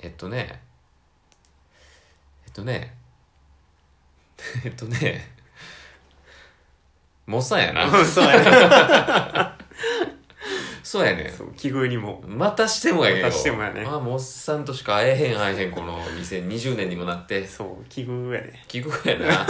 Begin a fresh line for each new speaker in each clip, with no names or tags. えっとねえっとね えっとねモッサンやな
そうやね
そうやね
そう奇遇にも
またしてもやけど
またしてもやね
まあモッサンとしか会えへん会えへんこの2020年にもなって
そう奇遇やね
聞くや な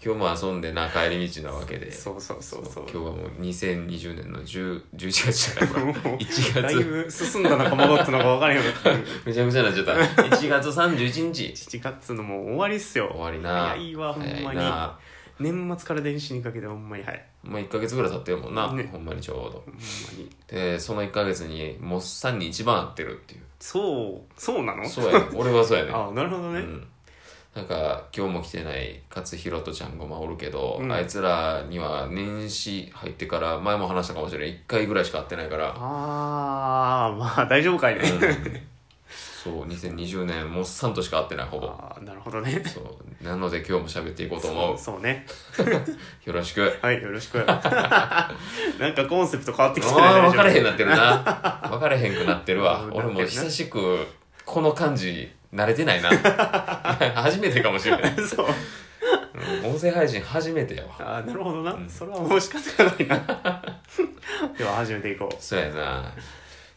今日も遊んでな帰り道なわけで
そうそうそうそう
今日はもう2020年の10 11月じゃない
もう
1
だい
月
ぶ進んだのか戻ったのか分からへんようになって
めちゃめちゃなっちゃった1月31日
7月のもう終わりっす
終
よ
わりな
早いわほんまに
早いな
年末から電子にかけてほんまにはい
まあ1か月ぐらい経ってるもんな、
ね
ほんまにちょうど
ほんまに
でその1か月にモッサンに一番合ってるっていう
そうそうなの
そうやね 俺はそうやね
あなるほど
う
ね、
ん、なんか今日も来てない勝弘とちゃんごまおるけど、
うん
あいつらには年始入ってから前も話したかもしれない1回ぐらいしか会ってないから
ああまあ大丈夫かいね、
そう2020年もっさんとしか会ってないほぼ
ああなるほどね
そうなので今日も喋っていこうと思
そううそうね
よろしく
はいよろしくなんかコンセプト変わってきてない
ああ
大
分かれへん
丈
なってるな分かれへんくなってるわ
う
俺
ん
も
なってるな
久しくこの感じ慣れてない な初めてかもしれない
夫そう
うん音声配信初めてやわ
ああなるほどな、
うん
それはもう仕方がないな では始めていこう
そうやな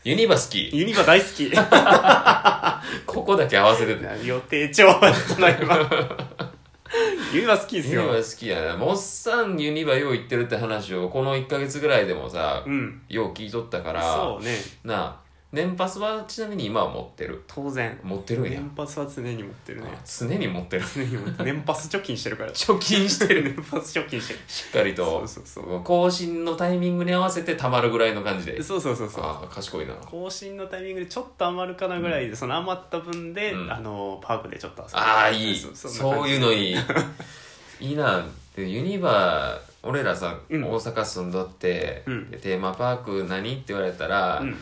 ユニバ好き
ユニバ大好き
ここだけ合わせてて
予定調和だったな今ユニバ好きです
ユニバ
よ
好きやなもっさんユニバよう行ってるって話をこの1か月ぐらいでもさ、
うん
よう聞いとったから
そうね
なあ年パスはちなみに今は持ってる
当然
持ってるんや
年パスは常に持ってるね
あ常に持ってる
常に持って年パス貯金してる から
貯金してる
年パス貯金してる
しっかり
そ
と
うそうそう
更新のタイミングに合わせてたまるぐらいの感じで
そうそうそうそう
ああ賢いな
更新のタイミングでちょっと余るかなぐらいで、その余った分で、
うん
あのパークでちょっと遊ぶ
ああいいそ
そそんな
う
感じ
いうの いいいいなでユニバ俺らさ、
うん
大阪住んどって、
うん
でテーマパーク何って言われたら、
うん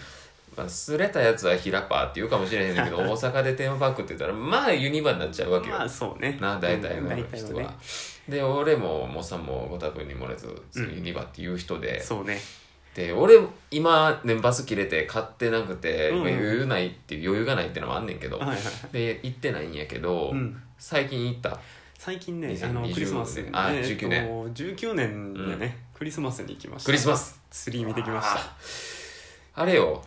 まあ、すれたやつはヒラパーって言うかもしれへん けど大阪でテーマパークって言ったらまあユニバになっちゃうわけよ、
まあそうね
な大体の人
うん
は,、
大体はね
で俺もモさんもご多分に漏れず、
うん
ユニバっていう人で
そうね
で俺今年パス切れて買ってなくて、
うん
まあ余裕ないっていう余裕がないってのもあんねんけど、
はいはい
で行ってないんやけど、
うん
最近行った
最近ね
2020
あのクリスマスね
あ19年
えっと19年でね、クリスマスに行きました
クリスマ
ス
ス
ツリー見てきました
あれよ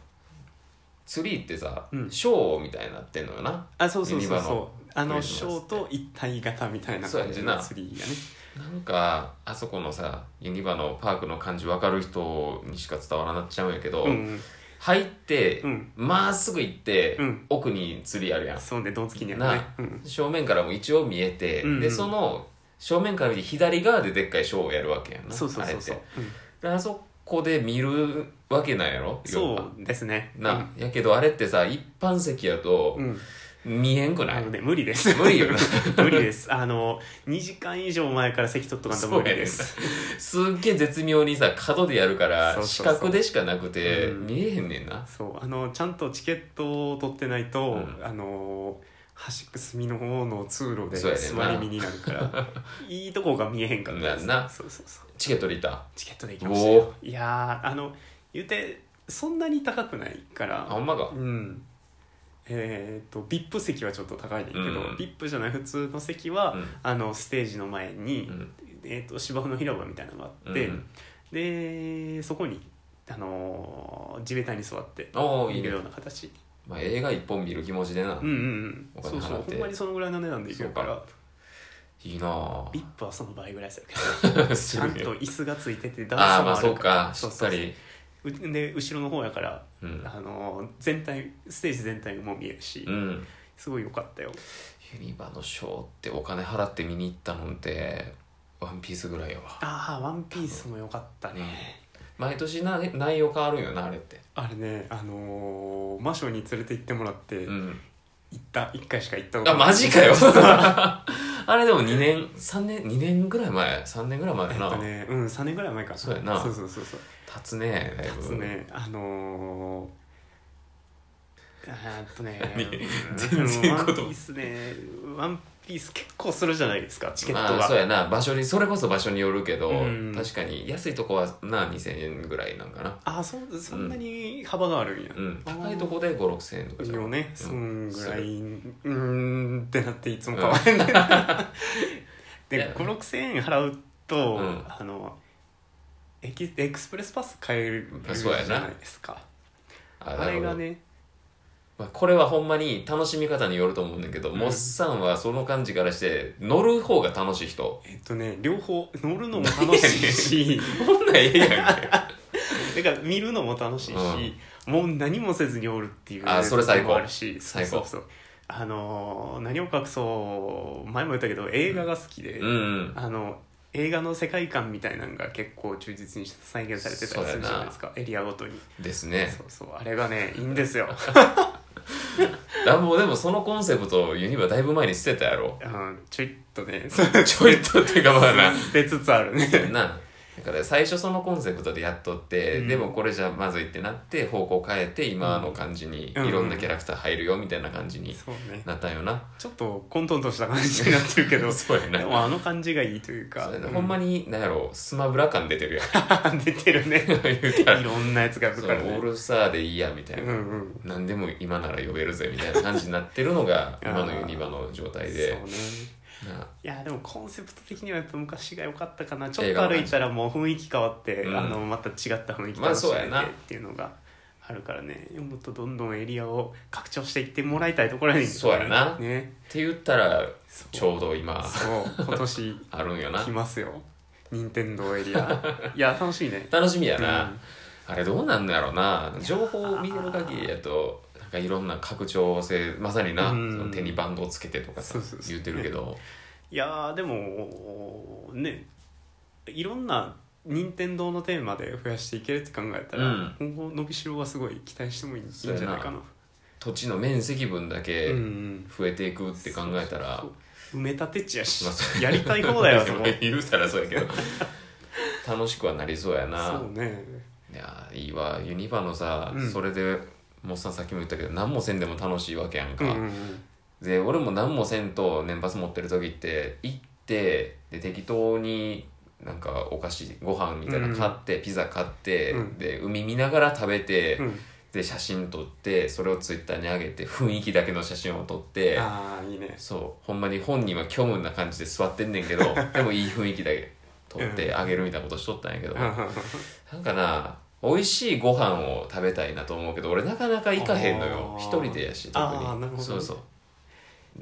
ツリーってさ、
うん
ショーみたいになってんのよな
あそうそうそう
ユニバの
そうあの
クリス
シ
マス
ョーと一体型みたいな感じ
そうやねん
の
な
ツリーがね
なんかあそこのさユニバのパークの感じ分かる人にしか伝わらなっちゃうんやけど、
うん
入って、
うん
まっすぐ行って、
うん
奥に釣りあるやん
そうねドンつきにはね
な
うん
正面からも一応見えて、
うんうん
でその正面から見て左側ででっかいショーをやるわけやんな
そうそうそうそう
あえて
うん
であそこで見るわけなんやろ要は
そうですね
な、やけどあれってさ一般席やと
うんうん
見えんくな
あ
い、
のね、無理です。
無理よ
無理です。あの、2時間以上前から席取っとかんと
そう
無
やね
理
ん
です。
すっげえ絶妙にさ角でやるから
そう
視
そうそう
覚でしかなくて
うん
見えへんねんな
そう、あの、ちゃんとチケットを取ってないと、
うん
あの、端く隅の方の通路で
そうやねんな
座り身になる から、いいとこが見えへんかったです。
なんな
そうそうそう。
チケットでいた
チケットで行きましたよ。いやー、あの、言うて、そんなに高くない
あ
から、
ほんまか
うん。えー、と VIP 席はちょっと高いねんだけど、
うん
VIP じゃない普通の席は、
うん
あのステージの前に、
うん
えー、と芝生の広場みたいなのがあって、
うん
でそこに、あのー地べたに座って
おーい
見
いね
るような形
まあ、映画一本見る気持ちでな、
うんうんう
お
ん
金
そうそ
払っ
う
て
ほんまにそのぐらいの値段でいけるか
そう
ら
いいなぁ
VIP はその倍ぐら いですよ
す
ち
る
ゃ
よ
んと椅子がついてて段
ああ
差
ま
も
あ
あ
そう
るから
かしっか
そう
り
そうそうで後ろの方やから、
うん
あのー全体ステージ全体も見えるし、
うん
すごい良かったよ
ユニバのショーってお金払って見に行ったのってワンピースぐらいやわ
ああワンピースも良かったね、
毎年な内容変わるんよなあれって
あれねあのー、魔性に連れて行ってもらって、
うん
行った1回しか行ったこと
あ
ない
マジか よあれでも2年3年2年ぐらい前3年ぐらい前
えっ
か
と
な、
ねうん3年ぐらい前かな
そうやな
そうそうそうそう
経つねだいぶ
つねあのーえっとね
全然
ワン
言葉
ピースねワンピース結構するじゃないですかチケットが、
まあそうやな場所にそれこそ場所によるけど、
うん
確かに安いとこはな2000円ぐらいなんかな、
あそそんなに幅があるんや、
うん、
あー
高いとこで56000円とかじゃん
よねそんぐらいうーんってなっていつも
うん
買 わへんねん
いや
で56000円払うと、
うん
あのエキエクスプレスパス買える
あそうやな
じゃないですか
あ
あ
なる
れ
ほど
がね
まあ、これはほんまに楽しみ方によると思うんだけど、
うん
モッサンはその感じからして乗る方が楽しい 人
えっとね両方乗るのも楽しいし
ほんなんええやんけ
だから見るのも楽しいし、もう何もせずにおるっていう
あそれ最高
のもあるし
最高
そうそうそうあのー何を隠そう前も言ったけど映画が好きで、
うんうん
あの映画の世界観みたいなのが結構忠実に再現されてたりするじゃないですかエリアごとに
ですね
そうそうあれがねいいんで すよ、
ラボでもそのコンセプトをユニバだいぶ前に捨てたやろ
うん、ちょいっとねそう
ちょいとっていうかまあな
捨てつつあ るね
なだから最初そのコンセプトでやっとって、
うん
でもこれじゃまずいってなって方向変えて今の感じにい
うん
ろんなキャラクター入るよみたいな感じに
そうね
なったんよな、
ちょっと混沌とした感じになってるけ ど
そうやな
でもあの感じがいいというか
そうやな
う
ほんまに何やろスマブラ感出てるやん
出てるね
言うたら
いろんなやつがある
そう
から
オー
ね
ルスターでいいやみた
う
い
ん
な、
うん
何でも今なら呼べるぜみたいな感じになってるのが
あー
今のユニバの状
そう
態で
ね
ない
やでもコンセプト的にはやっぱ昔が良かったかなちょ
映
っ
画の
と
感
歩
じ
いたらもう雰囲気変わって、
うん
あのまた違った雰囲気
まあ
楽しめ
そうやな
てっていうのがあるからねもっとどんどんエリアを拡張していってもらいたいところに
そうやな
ね
って言ったら
そう
ちょうど今
そう今年
あるんよな
来ま すよ任天堂エリアいや楽しいね
楽しみやな、
うん
あれどうなんだろうな情報を見てる限りやとなんかいろんな拡張性まさにな、
うん
その手にバンドをつけてとかさ
そうそうそう
言ってるけど、
いやーでもねいろんな任天堂のテーマで増やしていけるって考えたら、
うん
今後伸びしろはすごい期待してもいいいいんじ
そう
ゃ
やな
ないかな
土地の面積分だけ
うんうん
増えていくって考えたら、
そう埋め立て地やし、
まあそ
やりたい方 だよそこ
でも言うたらそうやけど楽しくはなりそうやな
そうね
いやいいわユニバのさ、
うん
それでもっさんさっきも言ったけど何もせんでも楽しいわけやん
う
か、
んうんうん
で俺も何もせんと年パス持ってる時って行ってで適当になんかお菓子ご飯みたいなの買って、ピザ買って、
うん
で海見ながら食べて、
うん
で写真撮ってそれをツイッターに上げて雰囲気だけの写真を撮って
ああいいね
そうほんまに本人は虚無な感じで座ってんねん けどでもいい雰囲気だけ撮ってあげるみたいなことしとったんやけど、なんかな美味しいご飯を食べたいなと思うけど俺なかなか行かへんのよ
あー
一人でやし特に
あーなるほどね
そうそう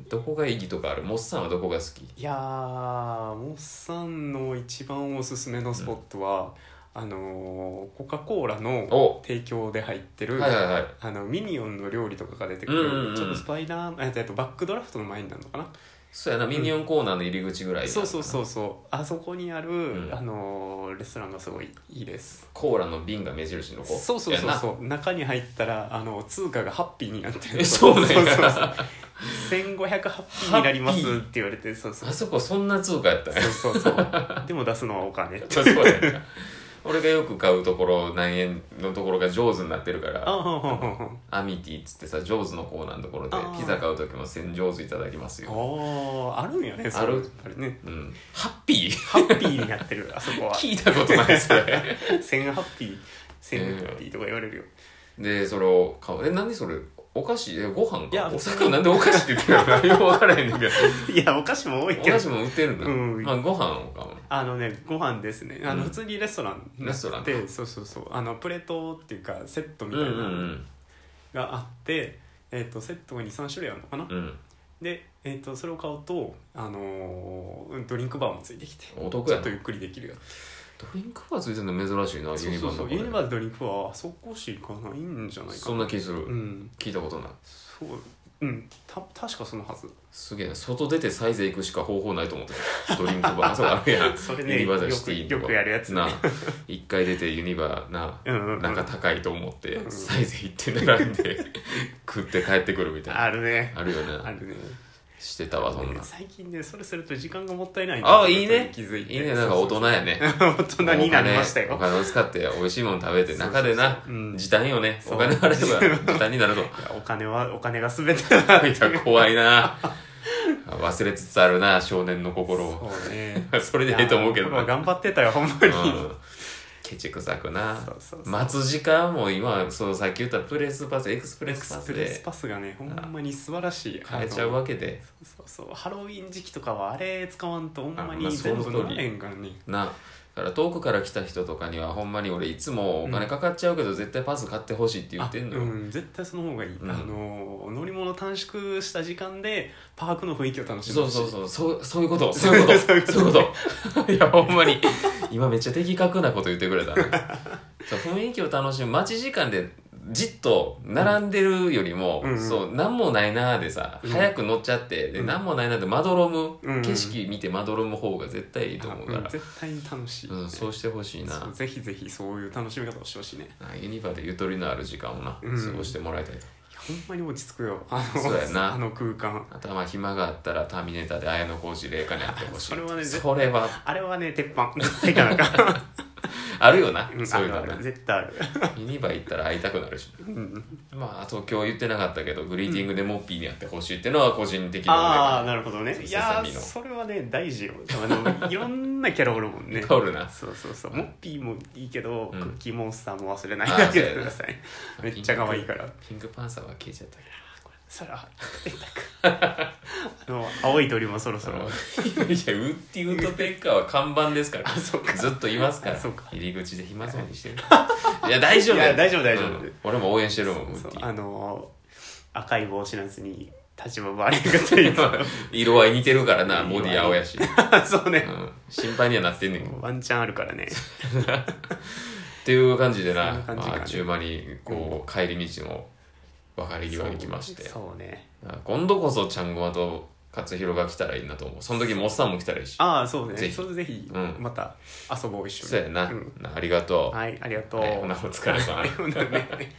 どこが意義とかあるモッさんはどこが好き
いやーモッさんの一番おすすめのスポットは、あのーコカ・コーラの
お
提供で入ってる、
はいはいはい
あのミニオンの料理とかが出てくる、
うんうんうん
ちょっとスパイダーマンえっとえっとバックドラフトの前になるのかな、
そうやなミニオンコーナーの入り口ぐらい
そうそう
う
そうそうあそこにある、
ん
あのーレストランがすごいいいです
コーラの瓶が目印の子
そうそうそう
う
そう中に入ったらあの通貨がハッピーになってる
え そうなんや
そうそうそう1500ハッピーになりますって言われてそうそう
あそこそんな通貨やったね
そうそうそうでも出すのはお金
そうそうや な俺がよく買うところ何円のところが上手になってるから
あほんほんほんほん
アミティっつってさ上手のコーナーのところで
あー
ピザ買う時も千上手いただきますよ、
おーあるんやねそう
ある
やっぱりね
うん、ハッピー
ハッピーになってるあそこ は
聞いたことないそれ
1000ハッピー1000ハッピーとか言われるよ
でそれを買うえなんでそれお菓子えご飯か
いや
お魚なんでお菓子って言ってるのかよく分からへんねん けど
いやお菓子も多い
お
けど
菓子も売ってるの、
うん
まあ、ご飯を買うの
あのねご飯ですねあの、
うん
普通にレストラン
レストラン
でそうそうそうあのプレートっていうかセットみ
う
た
ん
い
うん
なのがあって、えー、とセットが23種類あるのかな、
うん
で、えー、とそれを買うと、あのードリンクバーもついてきて
うんお得
ちょ
や
っ
な
と
ド
ゆっくりできるよ
リンクバーついてるの珍しいな
そう
ユニ
そ
バーの
う
と
そ
こ
う
で
ユニバードリンクバーはあそこしかないんじゃないか
そんな気する、
うん
聞いたことない
そううんた確かそのはず
すげえな外出てサイゼ行くしか方法ないと思ってたドリンク バーそうあるやん
それね
ユニバーサル
よく
シティとか
よくやるやつね
な一回出てユニバーな
うんうんうん
なんか高いと思って
うん
サイゼ行って並んで食って帰ってくるみたいな
あるね
あるよ
あ
ね
るね
してたわそん
ね
な
最近ねそれすると時間がもったいない
あいいね
気づいて
いいねなんか大人やね
そうそうそう大人になりました
お
よ
金お金を使って美味しいもの食べて
そうそう
中でな
うん
時短よね
そう
お金払えば時短になると
いやお金はお金が全てだなって
いや怖いな忘れつつあるな少年の心を
そうね
それでええと思うけど
いや
な、
頑張ってたよほんま
う
に、
ん、ケチくさくな
そうそうそう
待つ時間も今そうさっき言ったプレスパスエクスプレ
エク
スパ
ス
ス
プレス
で
パスがねほんまに素晴らしい
変えちゃうわけで
そうそうハロウィン時期とかはあれ使わんとほんま
あまあ
に
そ
全
の
部
通り
乗らへんからね
なだから遠くから来た人とかにはほんまに俺いつもお金かかっちゃうけど絶対パス買ってほしいって言ってんの
あ
よ、
うん、絶対その方がいい、
うん
あの乗り物短縮した時間でパークの雰囲気を楽しむ
そうそう
う
そうそうそういうことそういうこと
そういうこと
そういうこといやほんまに今めっちゃ的確なこと言ってくれたねそう雰囲気を楽しむ待ち時間でじっと並んでるよりも、
うんうん
そう何もないなーでさ、
うん
早く乗っちゃってで
うん
何もないなーでまどろむ、
うん
景色見てまどろむ方が絶対いいと思うから、
絶対に楽しい、
うん、そうしてほしい
そ
な
うぜひぜひそういう楽しみ方をしてほしいね
あユニバでゆとりのある時間をな、
うん
過ごしてもらいたいと
いやほんまに落ち着くよあの
そうやな
あの空間
あとはまあ暇があったらターミネーターで綾小路玲香に会ってほしい
それはね
それは
あれはね鉄板絶対行かなあ かん
あるよな、
うん
そういう
あ
の
るあ
な
る絶対ある
ユニバ行ったら会いたくなるし
うん
まああと今日言ってなかったけどグリーティングでモッピーに会ってほしいっていうのは個人的
ああ
な
なるほどね
そう
いやー
セサミの
それはね大事よあのいろ んなキャラおるもん
思い
ね
がタオルな
そうそうそう
うん
モッピーもいいけど、
うん
クッキーモンスターも忘れない
あー
であげ
そうや
て
な
くださいめっちゃ可愛いから
ピンクパンサーは消えちゃったけ
そらあの青い鳥もそろそ
ど
ろ
いやウッディウッドペッカーは看板ですから
あそうか
ずっといますから
あ そうか
入り口で暇そうにしてるいや 大丈夫だよ
いや大丈夫大丈夫
うん俺も応援してるもんウッ
そ
デ
う
ィ
あの赤い帽子のやつに立ち回りがというか
色合い似てるからな
うん
ボディ青 やし、
そう
う
ね、
ん、心配にはなってんねんけど
ワンチャンあるからね
っていう感じでな
そんな感
ま
じかね
あ、あっちゅう間にこう帰り道の別れ際に来まして
そうね
今度こそちゃんごまと勝弘が来たらいいなと思うその時もおっさんも来たらいいし
ああそうね
ぜひ
それぜひ
うん
また遊ぼう一緒
そう
に、
やな、
うん
なありがとう、
はいありがとう、
はいほなお疲れ様
はいほなね